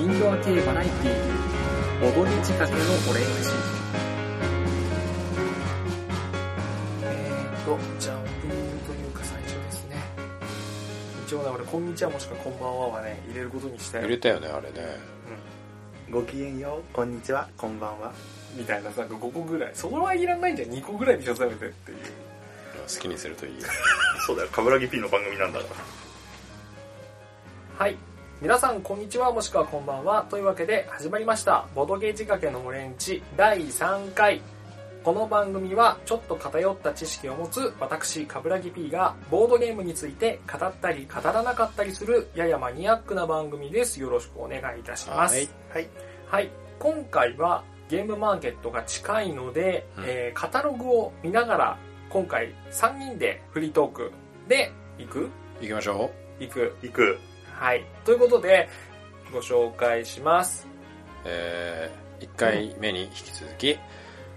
インドア系バラエティー、お盆に近くのオレンジ。えーと、じゃあオープニングというか最初ですね。一応ね、俺、こんにちはもしくはこんばんははね、入れることにした入よれ。たよねあれねごきげんよう、こんにちは、こんばんは。みたいな、なんか5個ぐらい。そこはいらないんじゃん、2個ぐらいに収めてっていう。好きにするといいよそうだよ、冠城 P の番組なんだから。はい。皆さん、こんにちは、もしくはこんばんは。というわけで、始まりました。ボドゲ仕掛けのオレンジ第3回。この番組は、ちょっと偏った知識を持つ私、カブラギ P が、ボードゲームについて語ったり語らなかったりする、ややマニアックな番組です。よろしくお願いいたします。はいはい。はい、今回はゲームマーケットが近いので、うんえーカタログを見ながら今回3人でフリートークで行く行きましょ行く行く。はいということでご紹介しますうえ1回目に引き続き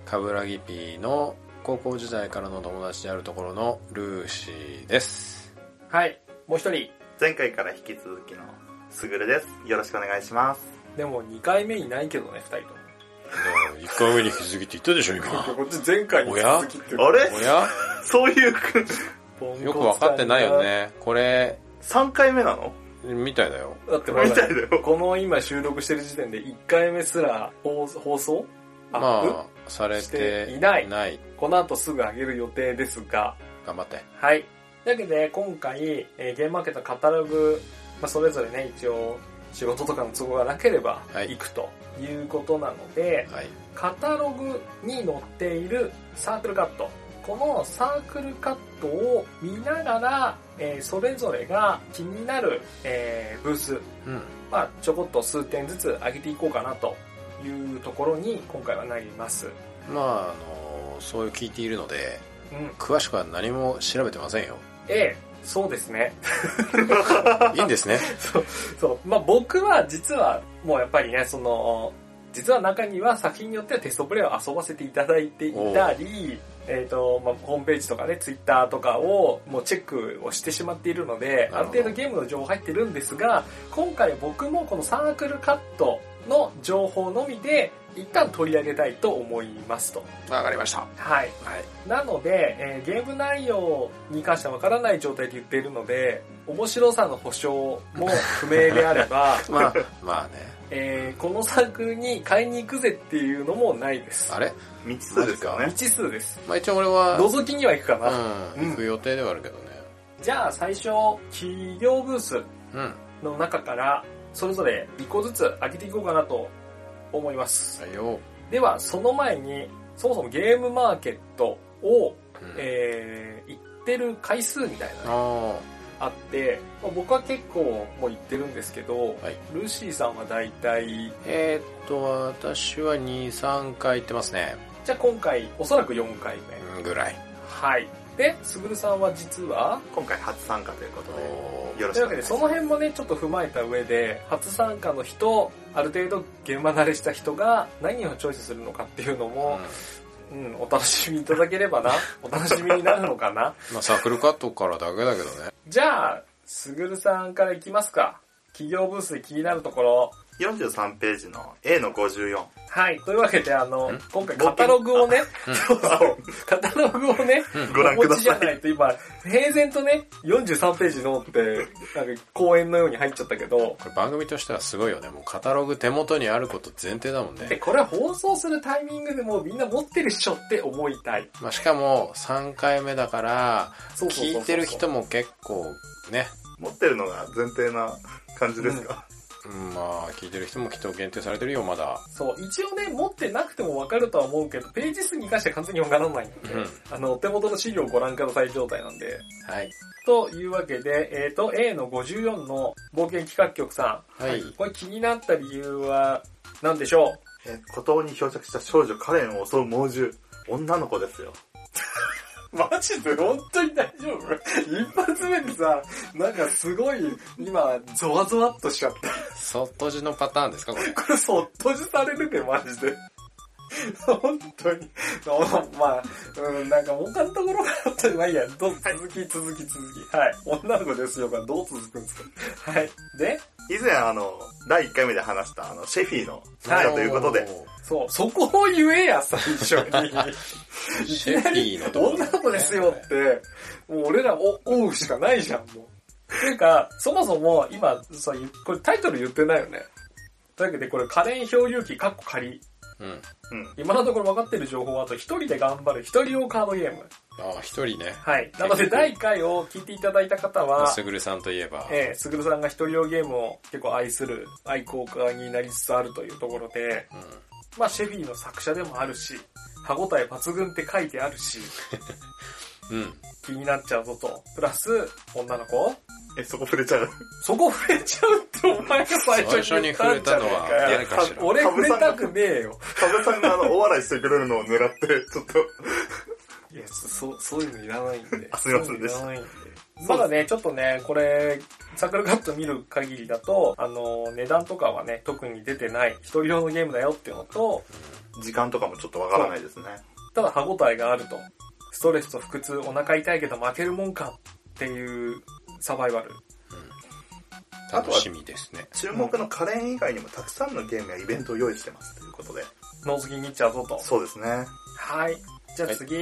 冠城 P の高校時代からの友達であるところのルーシーですはいもう一人前回から引き続きの、すぐるです。よろしくお願いします。でも2回目いないけどね2人とも1回目に引き続きって言ったでしょ今 こっち前回に続きっあれおやそういう、よく分かってないよねこれ3回目なのみたいだよだってほらみたいだよ。この今収録してる時点で1回目すら放放送アップ、まあされてしていいなないいこの後すぐ上げる予定ですが頑張ってはい。というわけで、今回、えーゲームマーケットのカタログ、まあ、それぞれね、一応、仕事とかの都合がなければ、はい行くということなので、はいカタログに載っているサークルカット。このサークルカットを見ながら、えーそれぞれが気になる、えーブース、うんまあ、ちょこっと数点ずつ上げていこうかなというところに今回はなります。まああのそういう聞いているのでうん。詳しくは何も調べてませ んよええ、そうですね。いいんですね そう。まあ、僕は実は、もうやっぱりね、その、実は中には作品によってはテストプレイを遊ばせていただいていたり、えっ、と、まあ、ホームページとかね、ツイッターとかをもうチェックをしてしまっているので、なあるる程ほど度ゲームの情報入ってるんですが、今回僕もこのサークルカットの情報のみで、一旦取り上げたいと思いますと。わかりましたははい。いなので、えーゲーム内容に関してはわからない状態で言っているので、面白さの保証も不明であれ ば、まあまあねえーこのサークルに買いに行くぜっていうのもないです。あれ、未知数ですよね。未知数です。まあ、一応俺は覗きには行くかな。うん、行く予定ではあるけどねじゃあ最初、企業ブースうんの中から、それぞれ1個ずつ開けていこうかなと思います。はいよ、では、その前に、そもそもゲームマーケットを、うんえー行ってる回数みたいなのがああって、まあ僕は結構もう行ってるんですけど、はいルーシーさんは大体、ーえーっと私は23回行ってますね、じゃあ今回、おそらく4回目。うん、ぐらいはい。で、すぐるさんは実は、今回初参加ということで、おーよろとしいうわくけお願で、いしそまの辺もね、ちょっと踏まえた上で、初参加の人、ある程度現場慣れした人が何をチョイスするのかっていうのも、うん、お楽しみいただければな、お楽しみになるのかな。まあ、サークルカットからだけだけどねじゃあ、すぐるさんからいきますか。企業ブースで気になるところ。す。43ページの A の54。はい。というわけで、あのん、今回カタログをね、そうそう、カタログをね、ご覧くおだ持ちじさ。ゃないいと今、平然とね、43ページのって、なんか公演のように入っちゃったけど、これ番組としてはすごいよねもうカタログ手元にあること前提だもんで、ね、これは放送するタイミングでもうみんな持ってるっしょって思いたい。まあ、しかも3回目だからそうそうそうそう聞いてる人も結構ね持ってるのが前提な感じですか、うんまあ聞いてる人もきっと限定されてるよまだそう、一応ね、持ってなくてもわかるとは思うけど、ページ数に関しては完全にわからないんで、うんあの、お手元の資料をご覧ください状態なんで。はいというわけで、えっ、と、A の54の冒険企画局さん。はいこれ気になった理由は、何でしょえー孤島に漂着した少女カレンを襲う猛獣。女の子ですよ。うマジで本当に大丈夫一発目でさ、なんかすごい、今、ゾワゾワっとしちゃった。外地のパターンですかこれこれ、そっとじされるね、マジで。本当に。まあ、うん、なんか他のところがあったまあいいや、どう続き続き続き。はい。女の子ですよがどう続くんですかはい。で、以前あの、第1回目で話したあの、シェフィーの記者ということで、そう、そこを言えや、最初に。シェフィーのところ女の子ですよって、もう俺らお、追うしかないじゃん、もう。てか、そもそも今、そういうこれタイトル言ってないよね。というわけで、これ、可燃漂流機、カッコ仮。うんうん。今のところ分かってる情報は、あと、一人で頑張る、一人用カードゲーム。ああ一人ねはい。なので、第1回を聞いていただいた方は、すぐるさんといえば、えー、すぐるさんが一人用ゲームを結構愛する愛好家になりつつあるというところで、うんまあ、シェフィーの作者でもあるし、歯応え抜群って書いてあるし、うん。気になっちゃうぞと。プラス、女の子え、そこ触れちゃう。そこ触れちゃうってお前が最最初初に言にった触んれじゃたねのはえか誰よ。かしら。俺触れたくねえよ。カブさんがあの、お笑いしてくれるのを狙って、ちょっと、いや、そそう、そういうのいらないん で。あすいませんでしたそういうのいらないんでまだね、ちょっとね、これ、サークルカット見る限りだと、あの、値段とかはね、特に出てない、一人用のゲームだよっていうのと、時間とかもちょっとわからないですね。ただ歯応えがあると。ストレスと腹痛、お腹痛いけど負けるもんかっていうサバイバル。楽しみですね。注目のカレン以外にもたくさんのゲームやイベントを用意してますということで。脳好きに行っちゃうぞと。そうですね。はい。じゃあ次、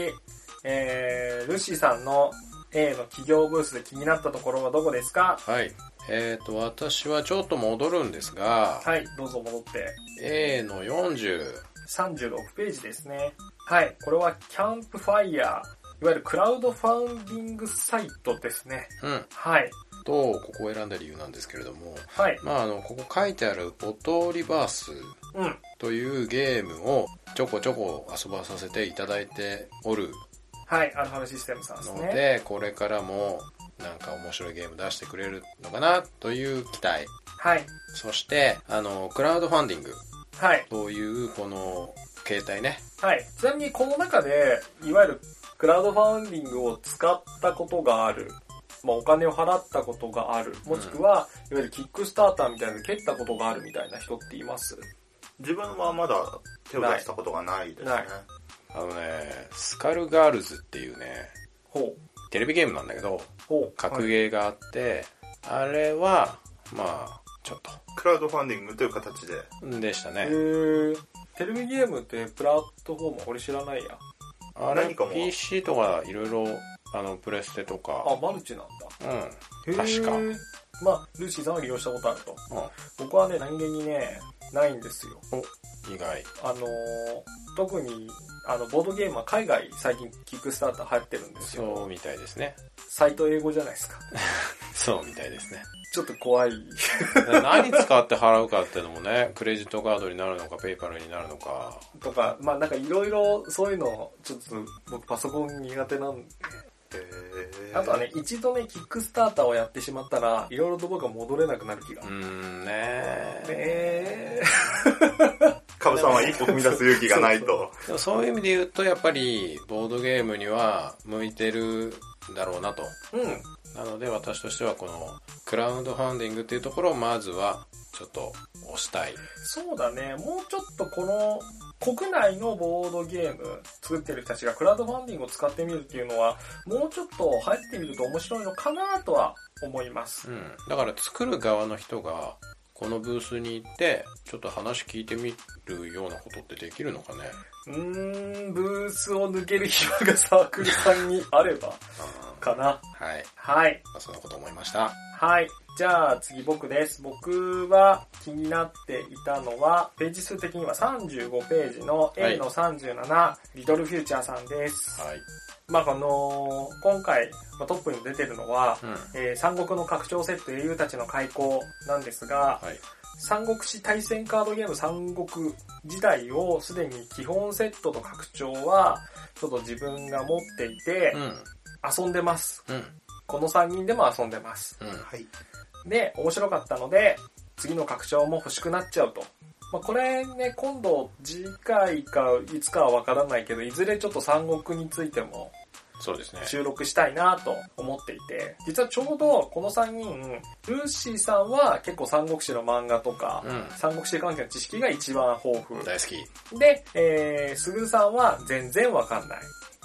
えー、ルシーさんの A の企業ブースで気になったところはどこですかはい。えっ、と、私はちょっと戻るんですが、はい、どうぞ戻って。 A の40。 36ページですね。はい、これはキャンプファイヤー、いわゆるクラウドファウンディングサイトですね。うん。はい、と、ここを選んだ理由なんですけれども、はい、まあ、あの、ここ書いてある、ボトリバースうん、というゲームをちょこちょこ遊ばさせていただいておるはい、アルファルシステムさんですので、ね。これからもなんか面白いゲーム出してくれるのかなという期待。はい、そして、あの、クラウドファンディングはい、という、この、携帯ね。はい。ちなみにこの中で、いわゆるクラウドファウンディングを使ったことがある。まあ、お金を払ったことがある。もしくは、いわゆるキックスターターみたいなので蹴ったことがあるみたいな人っています。自分はまだ手を出したことがないですねない。あのね、スカルガールズっていうね、ほテレビゲームなんだけど、う。ほう。格ゲーがあって、あれは、まあ、ちょっクラウドファンディングという形で、と、でしたへね。ー。テレビゲームってプラットフォーム俺知らないや。あれ何か、も PC とかいろいろ、あの、プレステとあか、、マルチなんだ。うん、うん。へー確。まあ、ルーシーさんは利用したことあると。僕はね、何気にね、ないんですよ。意外。あのー特に、あの、ボードゲームは海外最近キックスターター流行ってるんですよ。そうみたいですね。サイト英語じゃないですか。そうみたいですね。 ちょっと怖い。何使って払うかっていうのもね、クレジットカードになるのか、ペイパルになるのか。とか、まあなんかいろいろそういうの、ちょっと僕パソコン苦手なんで。えーあとはね、一度ね、キックスターターをやってしまったら、いろいろと僕は戻れなくなる気がう。ーん、ねえカブさんは一歩踏み出す勇気がないと。でもそういう意味で言うと、やっぱり、ボードゲームには向いてるんだろうなと。ー。うん。なので私としてはこのクラウドファンディングっていうところをまずはちょっと押したい。そうだね、もうちょっとこの国内のボードゲーム作ってる人たちがクラウドファンディングを使ってみるっていうのは、もうちょっと入ってみると面白いのかなとは思います。うん。だから作る側の人がこのブースに行ってちょっと話聞いてみるようなことってできるのかね。うーん、ブースを抜ける暇がサークルさんにあればかな。はい。はい。まあそんなこと思いました。はい。じゃあ次僕です。僕は気になっていたのは、ページ数的には35ページの A の37、リトルフューチャーさんです。はい。まあこの、今回、まあトップにも出てるのは、うん。えー三国の拡張セット英雄たちの開港なんですが、はい。三国志対戦カードゲーム三国時代をすでに基本セットと拡張は、ちょっと自分が持っていてうん。、遊んでます。うん。この三人でも遊んでます。うん。はい。で、面白かったので、次の拡張も欲しくなっちゃうと。まあ、これね、今度、次回かいつかはわからないけど、いずれちょっと三国についてもそうですね。収録したいなと思っていて、実はちょうどこの3人、ルーシーさんは結構三国志の漫画とか、うん。三国志関係の知識が一番豊大好き。富。で、えー、すぐるさんは全然わかんない。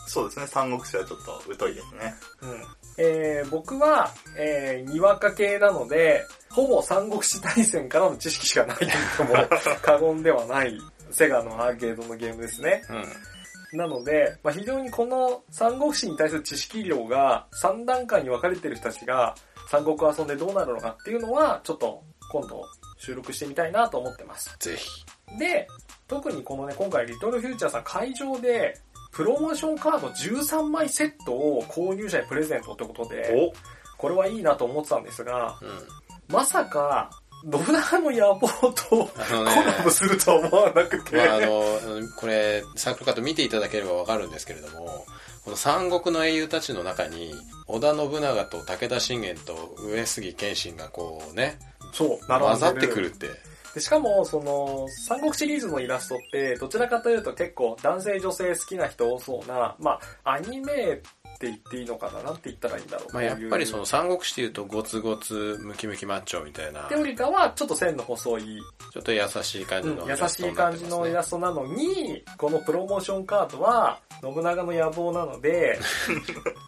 そうですね、三国志はちょっと疎いですね。うん。えー、僕は、えー、にわか系なので、ほぼ三国志大戦からの知識しかないと言っても過言ではない、セガのアーケードのゲームですね。うん。なので、まあ、非常にこの三国志に対する知識量が3段階に分かれてる人たちが三国遊んでどうなるのかっていうのはちょっと今度収録してみたいなと思ってます。ぜひ。で、特にこのね、今回リトルフューチャーさん会場でプロモーションカード13枚セットを購入者にプレゼントってことで、おこれはいいなと思ってたんですが、うん。まさか、信長の野望とあの コね、ラボするとは思わなくて、まあ、あの、これ、サークルカット見ていただければわかるんですけれども、この三国の英雄たちの中に、織田信長と武田信玄と上杉謙信がこうね、そう、並んでる混ざってくるって。でしかも、その、三国シリーズのイラストって、どちらかというと結構男性女性好きな人多そうな、まあ、アニメって言っていいのかななんて言ったらいいんだろう。まあ、やっぱりそこの三国志っていうとゴツゴツムキムキマッチョみたいなういうってよりかは、ちょっと線の細い、ちょっと優しい感じうんの、優しい感じのイやラストなのに、このプロモーションカードは、信長の野望なの で、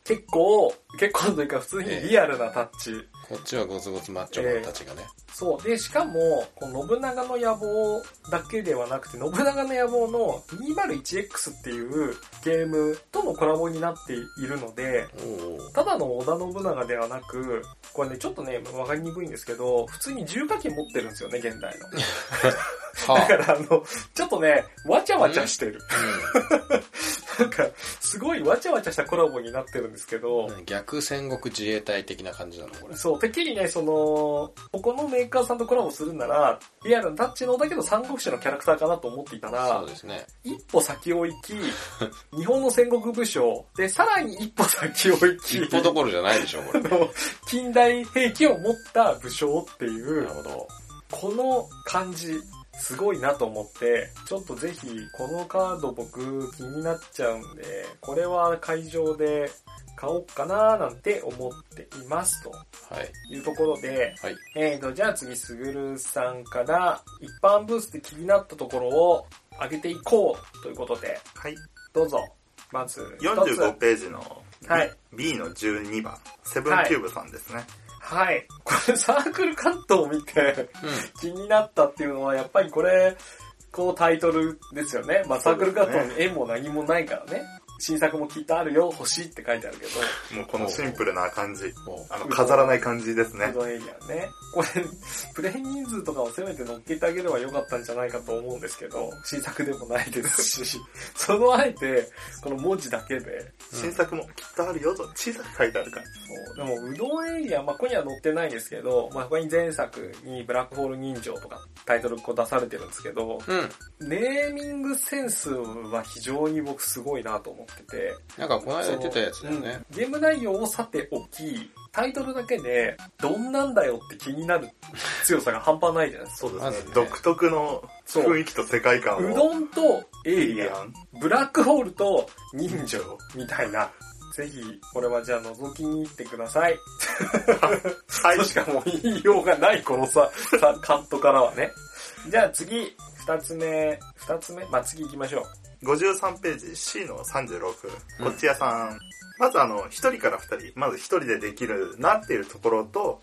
結構、結構というか普通にリアルなタッチ。こっちはゴツゴツマッチョマンたちがね、そう。で、しかも、この信長の野望だけではなくて、信長の野望の 201X っていうゲームとのコラボになっているので、おうおうただの織田信長ではなく、これね、ちょっとね、わかりにくいんですけど、普通に重火器持ってるんですよね、現代の。だかはら、あの、ちょっとね、わちゃわちゃしてる。なんか、すごいわちゃわちゃしたコラボになってるんですけど、あ、うん、 逆戦国自衛隊的な感じなのこれそう、てっきりね、その、ここのメーカーさんとコラボするなら、リアルなタッチのだけど三国志のキャラクターかなと思っていたそらう、ですね一歩先を行き、日本の戦国武将、で、さらに一歩先を行き一、歩どころじゃないでしょこれなる近代兵器を持った武将っていう、ほどこの感じ、すごいなと思って、ちょっとぜひ、このカード僕気になっちゃうんで、これは会場で買おうかななんて思っていますと。はいいうところで、はいえーと、じゃあ次、すぐるさんから、一般ブースで気になったところを上げていこうということで、はい。どうぞ、まず、一45つ。ページの B,、はい B の12番、セブンキューブさんですね。はい。これ、サークルカットを見てう気になったっていうのは、やっぱりこれ、このタイトルですよね。まあ、サークルカットに縁も何もないからね。新作もきっとあるよ、欲しいって書いてあるけど、もうこのシンプルな感じ。んおうあの、飾らない感じですねこ。のエリアね。これ、プレイ人数とかをせめて乗っけてあげればよかったんじゃないかと思うんですけど、新作でもないです し、そのあえて、この文字だけで、新作もきっとあるよと小さく書いてある感じ。そうでも、うどんエリア、まあ、ここには載ってないんですけど、まあ、ここに前作にブラックホール人情とかタイトルこう出されてるんですけど、うんネーミングセンスは非常に僕すごいなと思ってて、なんかこの間言ってたやつだよそねのうんゲーム内容をさておき、タイトルだけで、どんなんだよって気になる強さが半端ないじゃないですか。そうですまね。ずね独特のそう。雰う囲気と世界観を。どんとエイいリやアン、ブラックホールと人情みたいな。ぜひ、これはじゃあ覗きに行ってください。はいと。しかもう言いようがない、このさ、さカットからはね。じゃあ次、二つ目、二つ目まあ次行きましょう。 53ページ C の36、うんこっち屋さん。まずあの、1人から2人、まず1人でできるなっていうところと、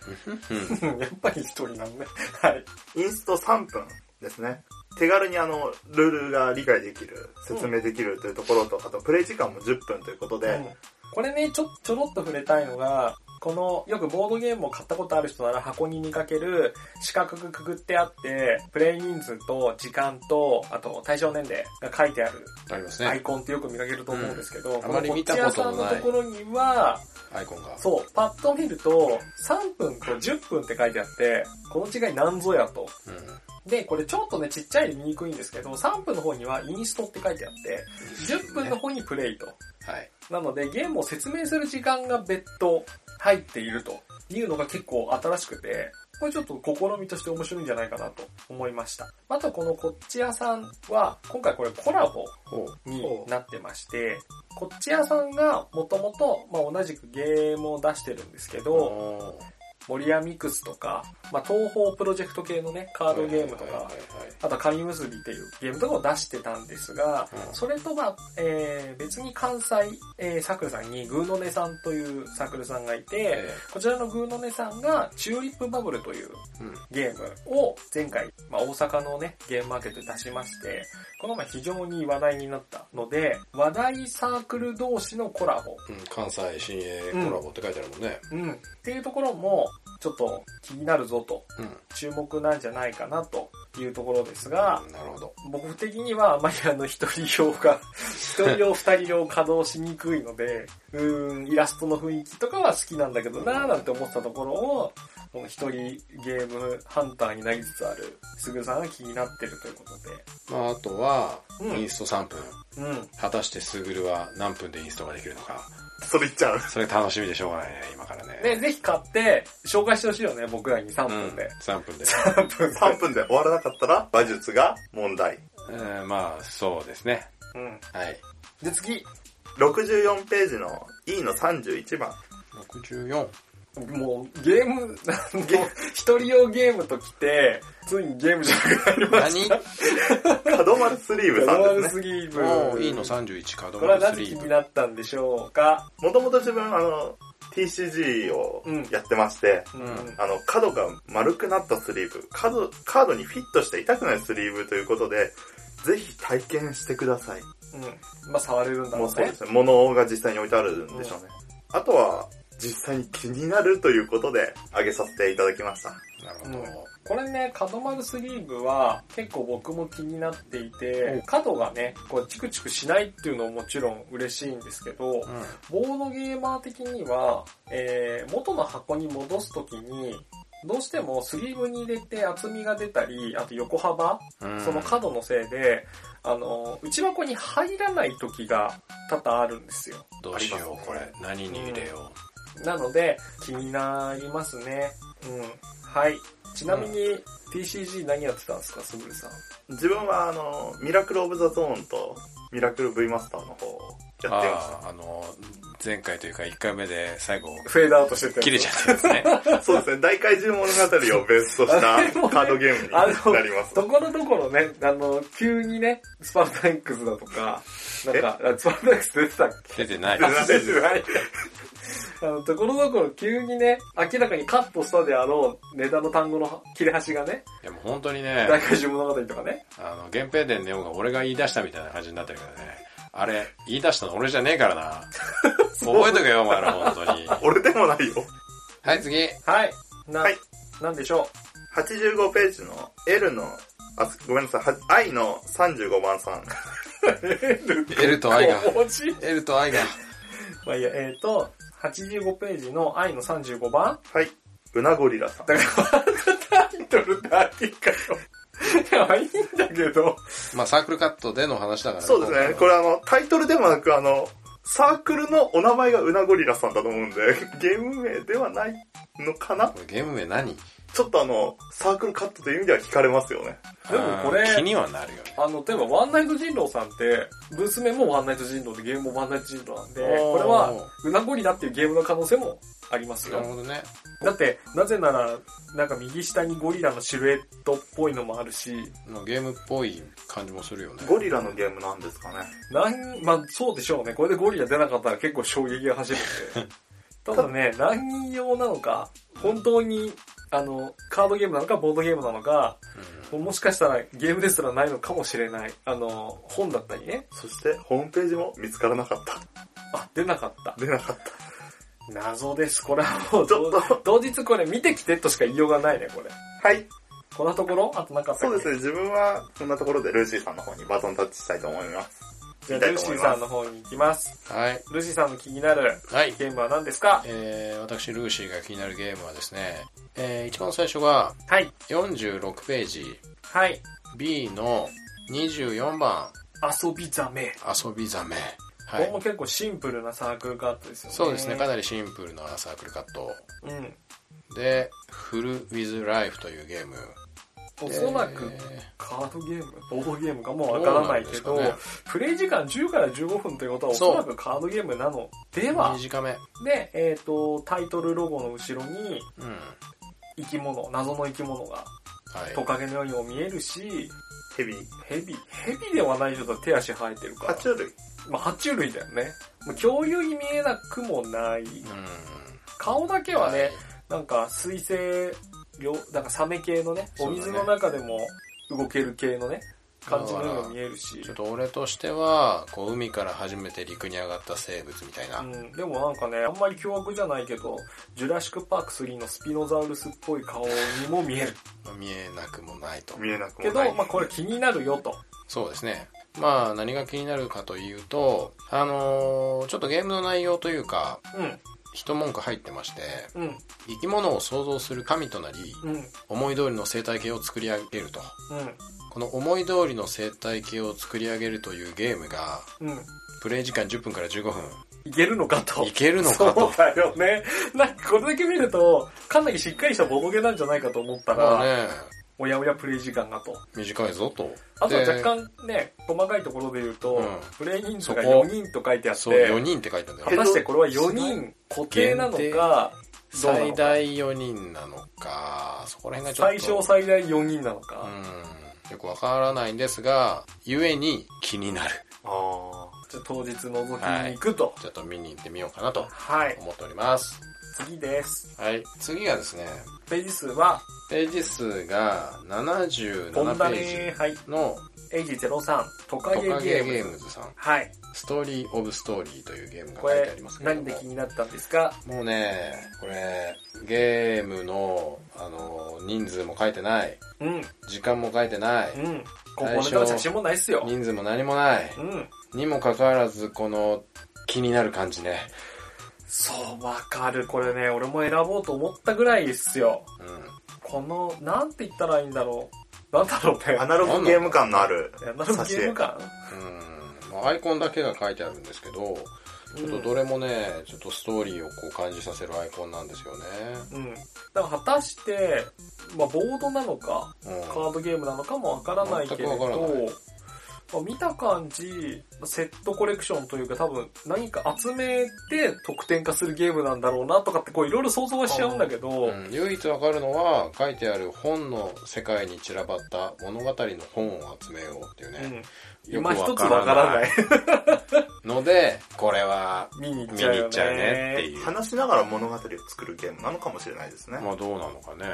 うんうんやっぱり一人なんね。はい。インスト3分ですね。手軽にあの、ルールが理解できる、説明できるというところと、あとプレイ時間も10分ということで、うんこれね、ちょ、ちょろっと触れたいのが、この、よくボードゲームを買ったことある人なら箱に見かける四角くくぐってあって、プレイ人数と時間と、あと対象年齢が書いてあるありますアイねコンってよく見かけると思うんですけど、んあまり見たことのないこのこっち屋さんのところには、アイコンがそう、パッと見ると、3分と10分って書いてあって、この違いなんぞやと。うんうんで、これちょっとね、ちっちゃいで見にくいんですけど、3分の方にはインストって書いてあって、10分の方にプレイと。はいなので、ゲームを説明する時間が別途入っているというのが結構新しくて、これちょっと試みとして面白いんじゃないかなと思いました。あとこのこっち屋さんは、今回これコラボおうになってまして、こっち屋さんがもともと、まあ、同じくゲームを出してるんですけど、お森屋ミクスとか、まあ、東方プロジェクト系のね、カードゲームとはいはかい、はいあとは紙結びっていうゲームとかを出してたんですが、うんそれとまあ、えー別に関西、えーサークルさんにグーノネさんというサークルさんがいて、えこちらのグーノネさんがチューリップバブルというえうんゲームを前回、まあ、大阪のね、ゲームマーケットで出しまして、この前非常に話題になったので、話題サークル同士のコラボ、うん関西新鋭コラボって書いてあるもんね。うん、っていうところも、ちょっと気になるぞと、うん。注目なんじゃないかなというところですが、なるほど。僕的にはあまりあの一人用 が、一人用二人用稼働しにくいので、うーん、イラストの雰囲気とかは好きなんだけどなーなんて思ってたところを、この一人ゲームハンターになりつつあるすぐさんが気になってるということまあ、あとは、うんインスト3分。で、うん。果たしてスグルは何分でインストができるのか。それ言っちゃう。それ楽しみでしょうがないね、今からね。ね、ぜひ買って、紹介してほしいよね、僕らに3う分んで。 3分 で。3分で。 3分で終わらなかったら、馬術が問題。うん、まあ、そうですね。うん。はい。で、次。 64ページの E の31番。 64。もう、ゲーム、 ゲ一人用ゲームときて、ついにゲームじゃなくなりました。何 角丸スリーブさノんーでルすスね。リーブ。もういいの31カードこれはマなンスぜリ気ーにブ。なったんでしょうか。もともと自分、あの、TCG をやってまして、うんあの、角が丸くなったスリーブ、角、カードにフィットして痛くないスリーブということで、ぜひ体験してください。うん。まあ、触れるんだもろううそうでね。すね。物が実際に置いてあるんでしょうね。あとは、実際に気になるということで、あげさせていただきました。なるほうんど。これね、角丸スリーブは結構僕も気になっていうんて、角がね、こうチクチクしないっていうのももちろん嬉しいんですけど、うん。ボードゲーマー的には、えー、元の箱に戻すときに、どうしてもスリーブに入れて厚みが出たり、あと横幅、うんその角のせいで、あの、内箱に入らない時が多々あるんですよ。どうしよう、これ。何に入れよなので、気になりますね。うん。はい。ちなみに、TCG 何やってたんですか、すぐるさん。自分は、あの、ミラクルオブザゾーンと、ミラクル V マスターの方をう。やってました。ああ、あの、前回というか1回目で最後、フェードアウトしてた切れちゃったん ですね。そうですね、大怪獣物語をベースとしたカードゲームになります。ところどころね、あの、急にね、スパルタンクスだとか、なんか、あスパルタンクス出てたっけ出てない。出てない。 あの、ところどころ急にね、明らかにカットしたであろうネタの単語の切れ端がね、でも本当にね、大怪獣物語とかね。あの、原平伝でようが俺が言い出したみたいな感じになってるけどね。あれ、言い出したの俺じゃねえからな。覚えとけよ、お前ら、本当に。 俺でもないよ。はい、次。はい。な、はいなんでしょ85ページの L の、あ、ごめんなさいは、I の35番さん。 L とう。 I が。お餅 L と I が。まあいいや、えっ、ー、と、85ページの愛の35番はい。うなゴリラさん。タイトルだけかよ。いや、いいんだけど。まあ、サークルカットでの話だからそうですね、これあの、タイトルでもなく、あの、サークルのお名前がうなゴリラさんだと思うんで、 ゲーム名ではないのかなこれゲーム名何ちょっとあの、サークルカットという意味では惹かれますよね。でもこれうん気にはなるよね。あの、例えば、ワンナイト人狼さんって、ブース名もワンナイト人狼でゲームもワンナイト人狼なんで、おーこれは、うなごりだっていうゲームの可能性もありますなるよ。ほどね。だって、なぜなら、なんか右下にゴリラのシルエットっぽいのもあるし、まあゲームっぽい感じもするよね。ゴリラのゲームなんですかね。なん、まあそうでしょうね。これでゴリラ出なかったら結構衝撃が走る んで。ただね、何人用なのか、本当に、あの、カードゲームなのか、ボードゲームなのか、もしかしたらゲームですらないのかもしれない。あの、本だったりね。そして、ホームページも見つからなかった。あ、出なかった。出なかった。謎です。これはもう、ちょ っと同日これ見てきてとしか言いようがないね、これ。はい。こんなところあとなかったそうですね。ね、自分はこんなところでルーシーさんの方にバトンタッチしたいと思います。じゃあ、ルーシーさんの方に行きます。うんはい。ルーシーさんの気になるはい。ゲームは何ですかえー、私、ルーシーが気になるゲームはですね、えー、一番最初がはい。 46ページ、はい。 B の24番、遊びざめ。遊びざめ。はこれもい。結構シンプルなサークルカットですよね。そうですね、かなりシンプルなサークルカット。うん。で、フル・ウィズ・ライフというゲーム。おそらくえカードゲーム、ボードゲームかもわからないけどうど、なんですプレイ時間10から15分ということはおそうそらくカードゲームなのでーは、短め。で、えっ、と、タイトルロゴの後ろにうん。は生き物、謎の生き物がい。トカゲのようにも見えるし、ヘビー。ヘビ、ヘビではない人だと手足生えてるか爬ら。虫類。まあ、爬虫類だよね。もう恐竜に見えなくもない。うん。顔だけはね、はいなんか水性、両なんかサメ系のね、そうおだね水の中でも動ける系のね、感じのようにも見えるしちょ。っと俺としては、こう、海から初めて陸に上がった生物みたいな。うん、でもなんかね、あんまり凶悪じゃないけど、ジュラシックパーク3のスピノザウルスっぽい顔にも見える。見えなくもないと。見えなくけもど、ない。まあこれ気になるよと。そうですね。まあ、何が気になるかというと、あのーちょっとゲームの内容というか、うん、一文句入ってまして、うん、生き物を創造する神となり、うん、うん。思い通りの生態系を作り上げると。この思い通りの生態系を作り上げるというゲームが、うん。プレイ時間10分から15分、いけるのかと。いけるのかそとう。だよね。なんかこれだけ見ると、かなりしっかりしたボボゲなんじゃないかと思ったら、まあね、おやおやプレイ時間がと。短いぞと。あとはで若干ね、細かいところで言うと、うんプレイ人数がそこ4人と書いてあっそう、4て、人って書いてあるんだよ果。たしてこれは4人固定なの限か、どうなの最か大4人なのか、そこら辺がちょっ最と。小最大4人なのか。うん。よくわからないんですが、ゆえに気になる。あじゃあ当日覗きに行くと。ちょっと見に行ってみようかなとはい、思っております。次です。はい。次がですね、ページ数は、ページ数が77ペ飛んだーねはい。ジのエイジ03、トカゲトカゲゲーム。ゲームズさん、はい。ストーリーオブストーリーというゲームがこ書いてれあります、けれど何もで気になったんですかもうね、これ、ゲームの、あの、人数も書いてない、うん、うん。時間も書いてない、ここの人の写真もないっすよ。人数も何もない、うん。にもかかわらず、この、気になる感じね。そう、わかる。これね、俺も選ぼうと思ったぐらいっすよ。うこの、なんて言ったらいいんだろう。なんだろうね。あ。アナログゲーム感のある。いやなんかゲームか。ん。うん。まあアイコンだけが書いてあるんですけど、ちょっとどれもね、ちょっとストーリーをこう感じさせるアイコンなんですよね。うん。だから果たして、まあ、ボードなのか、カうん。ードゲームなのかもわからないけれ全くわからないど、まあ見た感じ、セットコレクションというか多分何か集めて得点化するゲームなんだろうなとかってこういろいろ想像はしちゃうんだけど、うん唯一わかるのは、書いてある本の世界に散らばった物語の本を集めようっていうね。よ今く一つわからない。ので、これは見に行っ見にちゃう行よっちゃうねってね。いう。話しながら物語を作るゲームなのかもしれないですね。まあどうなのかね。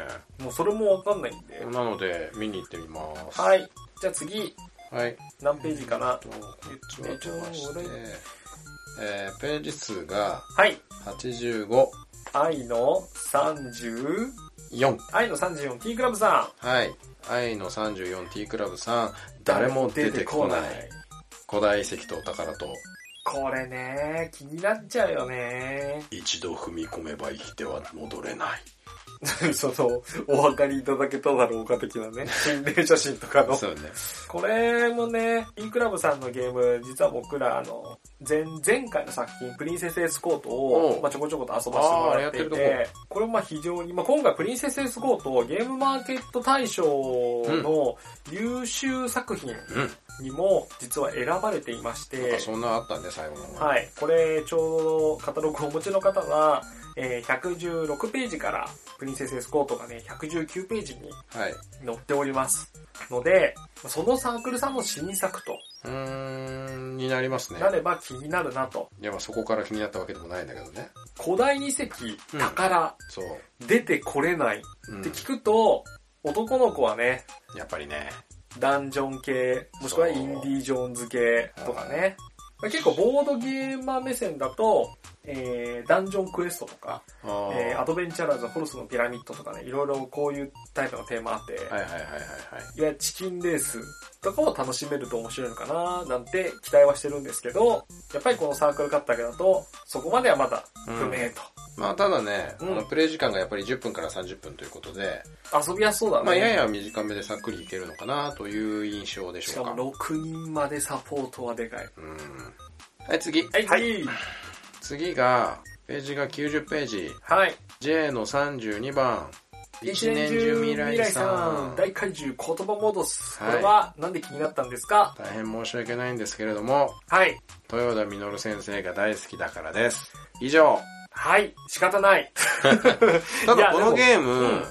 もうそれもわかんないんで。なので、見に行ってみます。い。はい。じゃあ次、はい。何ページかなと、こっちは飛ばして、えー、ページ数がはい。 85、愛の30、 4。愛の 34T クラブさはい。愛の 34T クラブさん、ん。誰も出てこない。。古代遺跡とお宝と、これね、気になっちゃうよね。一度踏み込めば生きては戻れない。 その、お分かりいただけただろうか的なね、心霊写真とかの。そうね。これもね、E クラブさんのゲーム、実は僕ら、あの、前、前回の作品、プリンセスエスコートおをう、まあ、ちょこちょこと遊ばせてもらっていあーやってるて、これもまあ非常に、まあ、今回プリンセスエスコートをゲームマーケット大賞の優秀作品うん。なんにも、実は選ばれていましてか、そんなあったね、最後の方。はい。これ、ちょうどカタログをお持ちの方は、えー116ページから、プリンセスエスコートがね、119ページにはい。載っております。ので、そのサークルさんの新作とうーん、になりますね。なれば気になるなと。いや、まあそこから気になったわけでもないんだけどね。古代遺跡、宝、そう。出てこれないっうんて聞くと、男の子はね、やっぱりね。ダンジョン系、もしくはインディ・ジョーンズ系とかね。結構ボードゲーマー目線だと、えー、ダンジョンクエストとか、あーえーアドベンチャーラーズホルスのピラミッドとかね、いろいろこういうタイプのテーマあって、、はいいはいはいはいはい。わゆるチキンレースとかを楽しめると面白いのかななんて期待はしてるんですけど、やっぱりこのサークル買っただけだと、そこまではまだ不明と。まあただね、うんあのプレイ時間がやっぱり10分から30分ということで、遊びやすそうだね。まあやや短めでさっくりいけるのかなという印象でししょかうか。も6人までサポートはでかい。うん。はい、次。はい、はい。次が、ページが90ページ、はい。 J の32番、一年中未来さん、大怪獣言葉戻す。これはなんで気になったんですか大変申し訳ないんですけれども、はい。豊田実先生が大好きだからです。以上。はい。仕方ない。いたやだこのゲーム、でもうん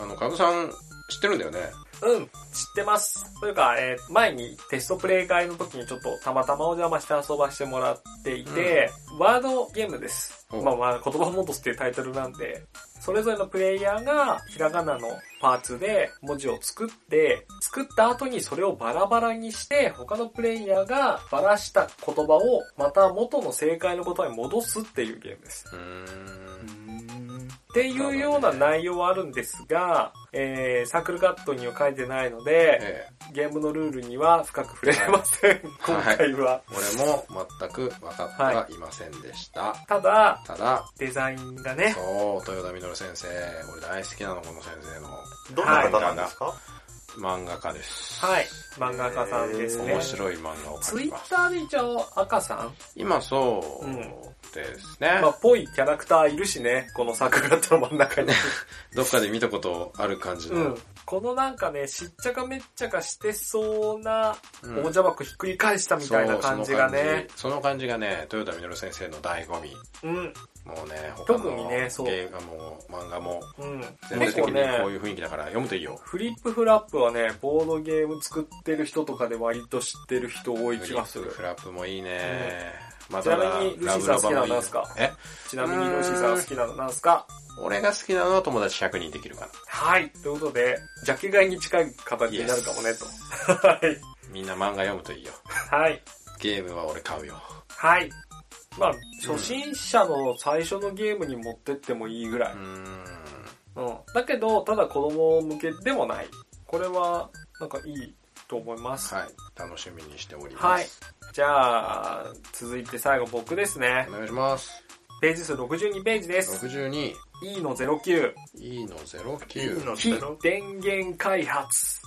あの、カブさん知ってるんだよね。うん、知ってます。というか、えー前にテストプレイ会の時にちょっとたまたまお邪魔して遊ばしてもらっていて、ワードゲームです。おまあまあ、言葉戻すっていうタイトルなんで、それぞれのプレイヤーがひらがなのパーツで文字を作って、作った後にそれをバラバラにして、他のプレイヤーがバラした言葉をまた元の正解の言葉に戻すっていうゲームです。うーん。っていうような内容はあるんですが、えー、サークルカットには書いてないので、ええ、ゲームのルールには深く触れません、今回は。俺も全く分かってはいませんでした。ただ、ただ、デザインがね、そう、豊田実先生、俺大好きなの、この先生のどんな方なんですか、漫画家です。はい、漫画家さんですね面。白い漫画をツ描イきッます。ターで一応赤さん、今そううんですね、まあ、ぽいキャラクターいるしね、この桜との真ん中に。どっかで見たことある感じうのん。このなんかね、しっちゃかめっちゃかしてそうな、うおんもちゃ箱ひっくり返したみたいな感じがね。そうその感じその感じがね豊田実先生の醍醐味うん、もうね他の特にねそう映画も漫画もうん。全体結的構にこうね、いう雰囲気だから読むといいよフリップフラップはね、ボードゲーム作ってる人とかで割と知ってる人多い気がする。フラップもいいね、まあちなみにただルシーさんラブラバも好きなのないいんすかえちなみにロシーさんが好きなのなんすか俺が好きなのは友達100人できるかなはい。ということで、ジャケ買いに近い形になるかもね、と。はい。みんな漫画読むといいよはい。ゲームは俺買うよはい。まあ、初心者の最初のゲームに持ってってもいいぐらいうー。んうん。だけど、ただ子供向けでもない。これは、なんかいいと思います。はい楽しみにしておりまはいす、。じゃあ、続いて最後僕ですねお。願いしますページ数62ページです。 62 E の09。 E のいい09の非ゼロ電源開発。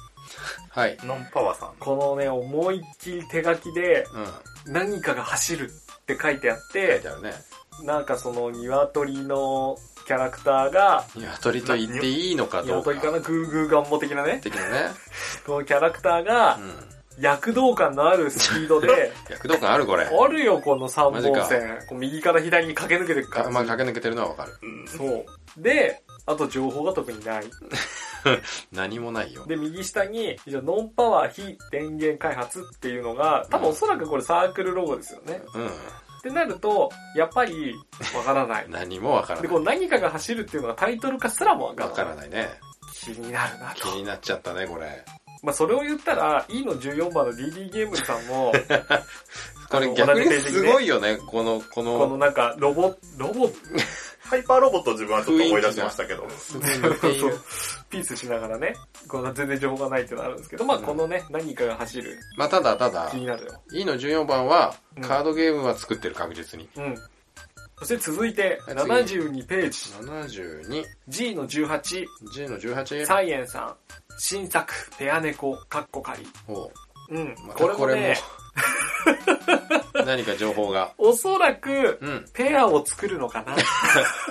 はいノンパワーさん。このね、思いっきり手書きで、うん何かが走るって書いてあっ書いてて、あるねなんかその鶏のキャラクターが、鶏と言っていいのかどうか鶏かなグーグーガンモ的なね、的なね、このキャラクターがう、ん、躍動感のあるスピードで、躍動感あるこれあるよ、この三マジ本か線。こう右から左に駆け抜けていくか感まあじ。駆け抜けてるのはわかるうんそう。で、あと情報が特にない。何もないよで、右下に、じゃあノンパワー非電源開発っていうのが、多分おそらくこれサークルロゴですよね。うってなると、やっぱり、わからないん。何もわからなで、いこう何かが走るっていうのがタイトル化すらもわからなわい。からないね気になるな気と。になっちゃったねこれまあ、それを言ったら、E の14番の DD ゲームさん も、これ逆にすごいよねこのここ ののなんか、ロボ、ロボハイパーロボット自分はちょっと思い出しましたけど。すごい似ている ピースしながらね、こんな全然情報がないっていうのがあるんですけど、まあ、このね、何かが走る、まあただただ気になるよ。 E の14番はうんカードゲームは作ってる確実にうん。そして続いて、はい次72ページ、 72G G の18、の18サイエンさん、新作、ペア猫、カッコ仮。おううん、まこたれもこれね、も 何か情報がおそらく、うんペアを作るのかな。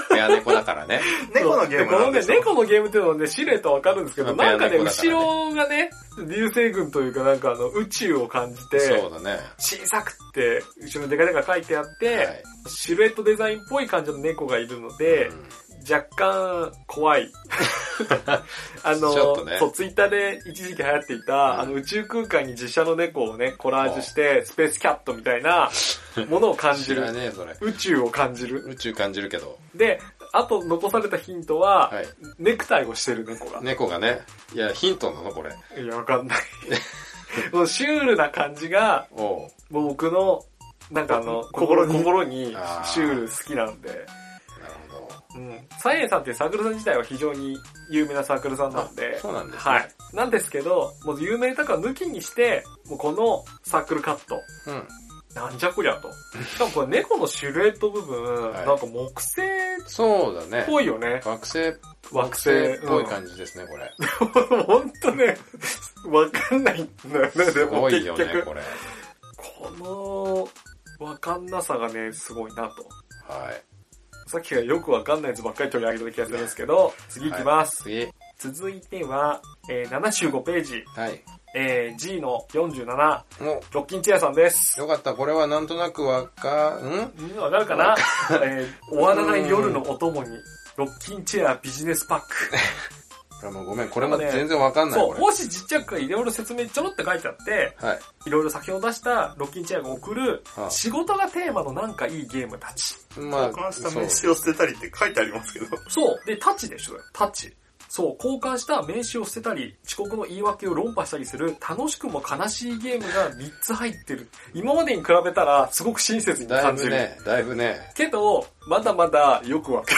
ペア猫だからね猫のゲームなんですこのね、猫のゲームっていうのはね、シルエットわかるんですけど、まあなんかね、ペア猫だからね後ろがね、流星群というかなんかあの、宇宙を感じそてう、だね小さくって、後ろにデカデカ書いてあって、はいシルエットデザインっぽい感じの猫がいるので、うん若干怖 い。あの、ちょっとねそう、ツイッターで一時期流行っていた、んあの、宇宙空間に実写の猫をね、コラージュして、スペースキャットみたいなものを感じ知らる。ねえそれ宇宙を感じる。宇宙感じるけどで、あと残されたヒントは、はいネクタイをしてる猫が。猫がねいやヒントなのこれいや、わかん ない。このシュールな感じが、おうもう僕の、なんかあの、心心にに、心にあーシュール好きなんで。なるほどうん。サイエンさんっていうサークルさん自体は非常に有名なサークルさんなんで。あそうなんですねはい。なんですけど、もう有名とか抜きにして、もうこのサークルカット。うんなんじゃこりゃ と。しかもこれ猫のシルエット部分、はいなんか木星っそうだねぽいよね。惑星惑星っぽい感じですね、こ れ。ほんとね、わかんないんだよね、ですもご結いよね、局。これ。この、わかんなさがね、すごいなと。はい。さっきからよくわかんないやつばっかり取り上げてる気がするんですけど、次行きます。次。続いては、えー、75ページ、はい。えー、G の47、もロッキンチェアさんですう、。よかった。これはなんとなくわか、んみんなわかるかな、えー、終わらない夜のお供に、ロッキンチェアビジネスパック。あもうごめん。これも全然わかんない。そこう、れもしちっちゃくいろいろ説明ちょろって書いてあって、はい。いろいろ先ほど出したロッキンチェアが送るは、あ仕事がテーマのなんかいいゲームたち。ま交換あ、しそたう名。刺を捨てたりって書いてありますけど。そう。で、タチでしょ、タチ。そう、交換した名刺を捨てたり、遅刻の言い訳を論破したりする、楽しくも悲しいゲームが3つ入ってる。今までに比べたら、すごく親切にだい感じぶる。ね、だいぶね。けど、まだまだよくわかる。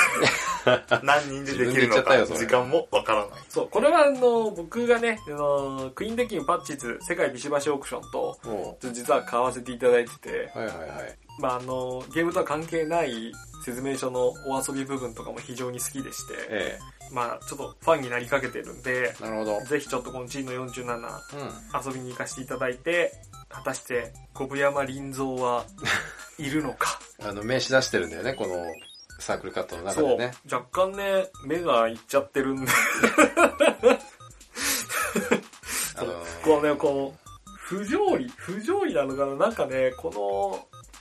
何人ででき自るの分で言っちゃったよか、それ時間もわからない。そう、これはあの、僕がね、あの、クイーンデッキングパッチズ、世界ビシバシオークションと、も実は買わせていただいてて、う、はいはいはい。まあ、あの、ゲームとは関係ない説明書のお遊び部分とかも非常に好きでして、えまあ、ちょっとファンになりかけてるんで、え。なるほど。ぜひちょっとこの G の47うん。遊びに行かせていただいて、果たして小部山林蔵は いるの か。あの、名刺出してるんだよね、このサークルカットの中そでうね。。若干ね、目がいっちゃってるんで、あのこうね、こう、不条理、不条理なのかな、なんかね、こ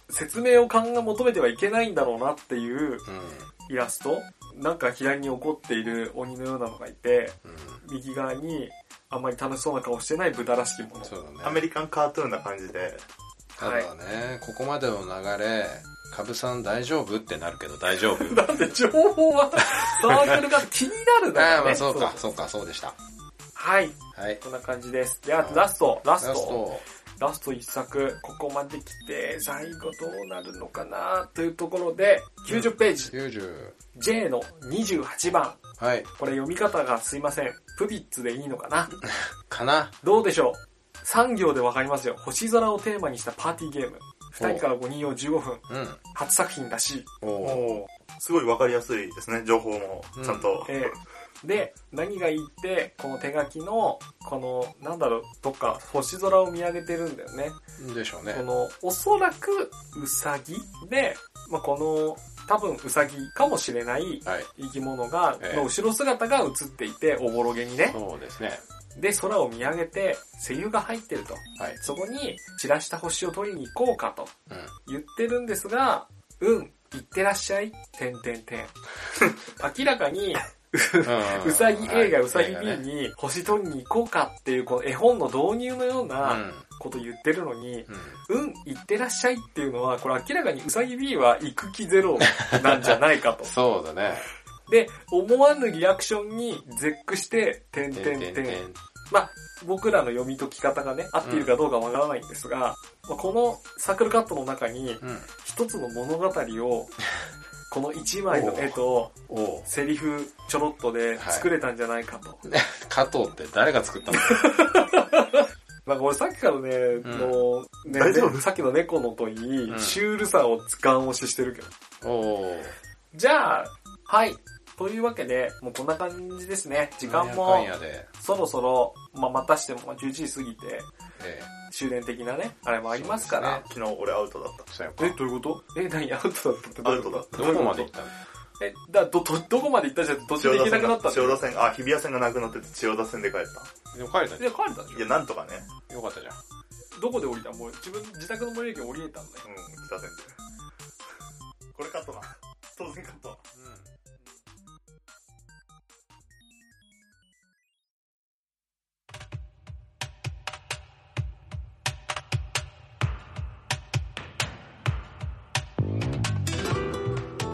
の説明を勘が求めてはいけないんだろうなっていううん。イラスト。なんか左に怒っている鬼のようなのがいて、うん。右側にあんまり楽しそうな顔してない豚らしきもの。そうだね。アメリカンカートゥーンな感じで、ただね、ここまでの流れ、カブさん大丈夫ってなるけど大丈夫。 だって情報は サークルが気になるんだあよあ、ね。まあそうか、そうか、そうでした。はい。はい。こんな感じです。で、あとラスト、ララスト。ラスストト。一作、ここまで来て、最後どうなるのかなというところで、90ページ、 90。 J の28番。はい。これ読み方がすいません。プビッツでいいのかなかな。どうでしょう ?3 行でわかりますよ。星空をテーマにしたパーティーゲーム。2人から5人を15分。うん。初作品だし。おお。すごいわかりやすいですね、情報も。ちゃんと。えーで、何がいいって、この手書きの、この、なんだろう、どっか星空を見上げてるんだよね。でしょうねこ。の、おそらく、うさぎで、まあ、この、多分うさぎかもしれないはい。生き物が、ええの後ろ姿が映っていて、おぼろげにね。そうですね。で、空を見上げて、声優が入ってると。はい。そこに散らした星を取りに行こうかとうん。言ってるんですが、うん、行ってらっしゃい、てんてん てん。明らかに、 ううんさぎ A がうさぎ B はい映に星取りに行こうかっていうこの絵本の導入のよう画なねこと言ってるのに、うん。うん。。うん、行ってらっしゃいっていうのは、これ明らかにうさぎ B は行く気ゼロなんじゃないかと そうだね。で、思わぬリアクションに絶句して、てんてんてん。まあ、僕らの読み解き方がね、合っているかどうかわからないんですが、まあこのサークルカットの中に、うん。一つの物語 を、この一枚の絵とおお。セリフちょろっとで作れたんじゃないかと。加藤って誰が作ったのなんか俺さっきからね、んもうね大丈夫ねさっきの猫のといい、うんシュールさをガン押ししてるけど。おお。じゃあ、はい。というわけで、もうこんな感じですね。時間なもんやかんやで。そろそろ、まあ、またしても11時過ぎて、え終電的なね、あれもありますから。昨日俺アウトだったえ。そうやっえ、ぱどういうことえ、何アウトだったってどアういウうこトとだった。どこまで行ったのえ、だ、ど、ど、どこまで行ったじゃん途中で行けなくなったん千だ代よ田線、あ、日比谷線がなくなってて千代田線で帰っでも帰れたいや、帰れたんでた。しいや、なんとかね。よよかったじゃん。ょどこで降りたもう自分、自宅の最寄り駅降りれたんだよ。うん、北線で。これカットな。当然カット。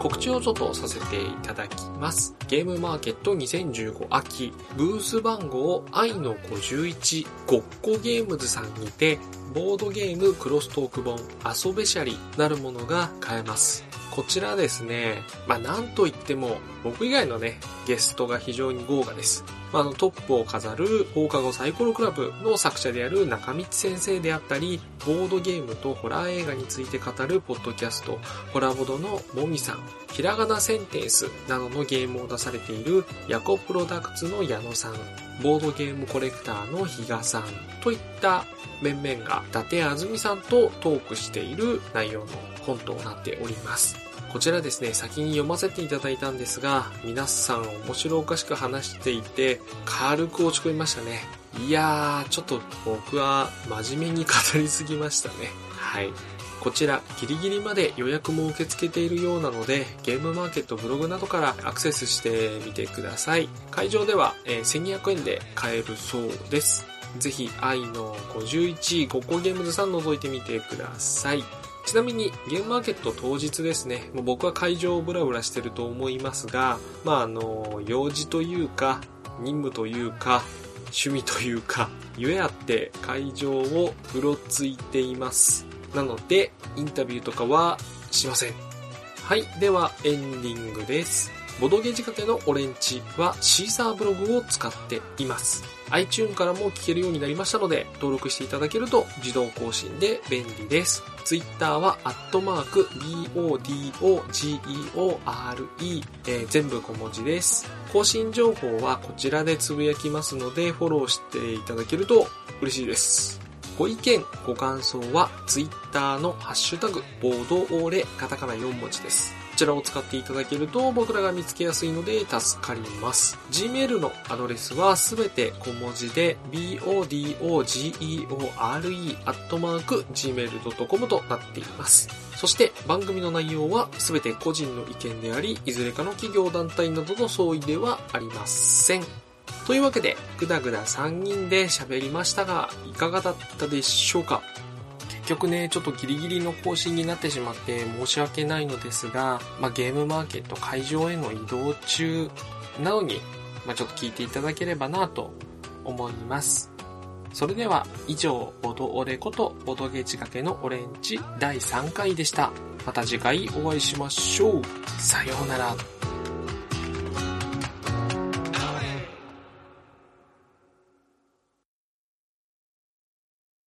告知をちょっとさせていただきます。ゲームマーケット2015秋、ブース番号愛の51、ごっこゲームズさんにて、ボードゲームクロストーク本、遊べシャリなるものが買えます。こちらですね、まあなんといっても、僕以外のね、ゲストが非常に豪華です。まあ、あのトップを飾る放課後サイコロクラブの作者である中道先生であったり、ボードゲームとホラー映画について語るポッドキャスト、ホラボドのもみさん、ひらがなセンテンスなどのゲームを出されているヤコプロダクツの矢野さん、ボードゲームコレクターの比嘉さんといった面々が伊達あずみさんとトークしている内容の本となっております。こちらですね、先に読ませていただいたんですが、皆さん面白おかしく話していて、軽く落ち込みましたね。いやー、ちょっと僕は真面目に語りすぎましたね。はい。こちら、ギリギリまで予約も受け付けているようなので、ゲームマーケットブログなどからアクセスしてみてください。会場では、えー1200円で買えるそうです。ぜひ、愛の51、5個ゲームズさん覗いてみてください。ちなみに、ゲームマーケット当日ですね、もう僕は会場をブラブラしてると思いますが、まあ、あの、用事というか、任務というか、趣味というか、ゆえあって会場をうろついています。なので、インタビューとかはしません。はい、ではエンディングです。ボドゲ仕掛けのオレンジはシーサーブログを使っています。iTune からも聞けるようになりましたので、登録していただけると自動更新で便利です。Twitter は、アットマーク、BODOGEORE、えー全部小文字です。更新情報はこちらでつぶやきますので、フォローしていただけると嬉しいです。ご意見、ご感想は、ツイッターのハッシュタグ、ボードオーレ、カタカナ4文字です。こちらを使っていただけると僕らが見つけやすいので助かります。Gmail のアドレスはすべて小文字で bodogeore.gmail.com となっています。そして番組の内容はすべて個人の意見であり、いずれかの企業団体などの相違ではありません。というわけで、ぐだぐだ3人で喋りましたが、いかがだったでしょうか結局ね、ちょっとギリギリの更新になってしまって申し訳ないのですが、まあ、ゲームマーケット会場への移動中なのに、まあ、ちょっと聞いていただければなと思います。それでは、以上、ボドオレこと、ボドゲ仕掛けのオレンジ第3回でした。また次回お会いしましょう。さようなら。